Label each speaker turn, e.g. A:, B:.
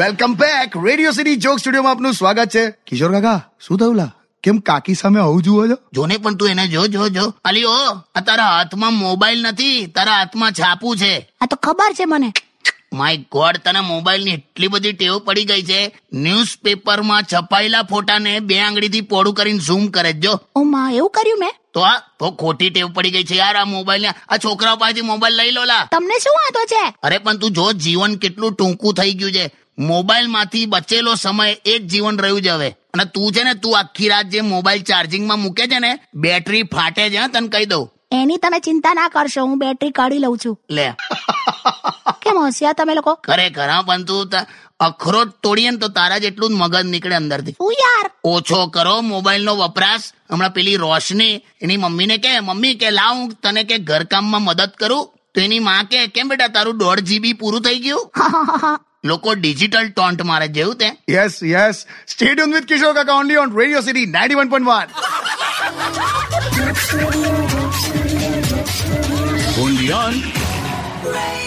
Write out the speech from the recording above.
A: welcome back radio city joke સ્ટુડિયોમાં આપનું સ્વાગત છે કિશોર કાકા શું થયું લા કેમ કાકી સામે આવું જુઓ છો
B: જોને પણ તું એને જો જો જો અલી ઓ આ તારા હાથમાં મોબાઈલ નથી તારા હાથમાં છાપું છે
C: આ તો ખબર છે મને
B: માય ગોડ તને મોબાઈલની એટલી બધી ટેવ પડી ગઈ છે ન્યૂઝપેપરમાં છપાયેલા ફોટાને બે આંગળીથી પોળું કરીને ઝૂમ કરે છે જો
C: ઓ માં એવું કર્યું મેં
B: તો આ તો ખોટી ટેવ પડી ગઈ છે યાર આ મોબાઈલને આ છોકરાઓ પાસેથી મોબાઈલ લઈ લો લા
C: તમને શું વાંધો છે
B: અરે પણ તું જો જીવન કેટલું ટૂંકું થઈ ગયું છે મોબાઈલમાંથી બચેલો સમય એ જ જીવન રહ્યું છે હવે અને તું છે ને તું આખી રાત જે મોબાઈલ ચાર્જિંગમાં મૂકે છે ને બેટરી ફાટે છે હા, તને કહી દઉં
C: એની તમે ચિંતા ના કરશો હું બેટરી કાઢી લઉં છું
B: લે
C: કેમ હોશિયાર તમે લોકો
B: ખરેખર હા પણ તું તા- અખરોટ તોડીએ ને તો તારા જેટલું જ મગજ નીકળે અંદરથી
C: શું યાર
B: ઓછો કરો મોબાઈલનો વપરાશ હમણાં પેલી રોશની એની મમ્મીને કે મમ્મી કે લાવ હું તને કે ઘરકામમાં મદદ કરું તો એની માં કે કેમ બેટા તારું દોઢ જીબી પૂરું થઈ ગયું લોકો ડિજિટલ ટોન્ટ મારે જેવું તે
A: yes yes stadium with Kishore કાકા only on radio city ninety one point one
D: only on
E: Radio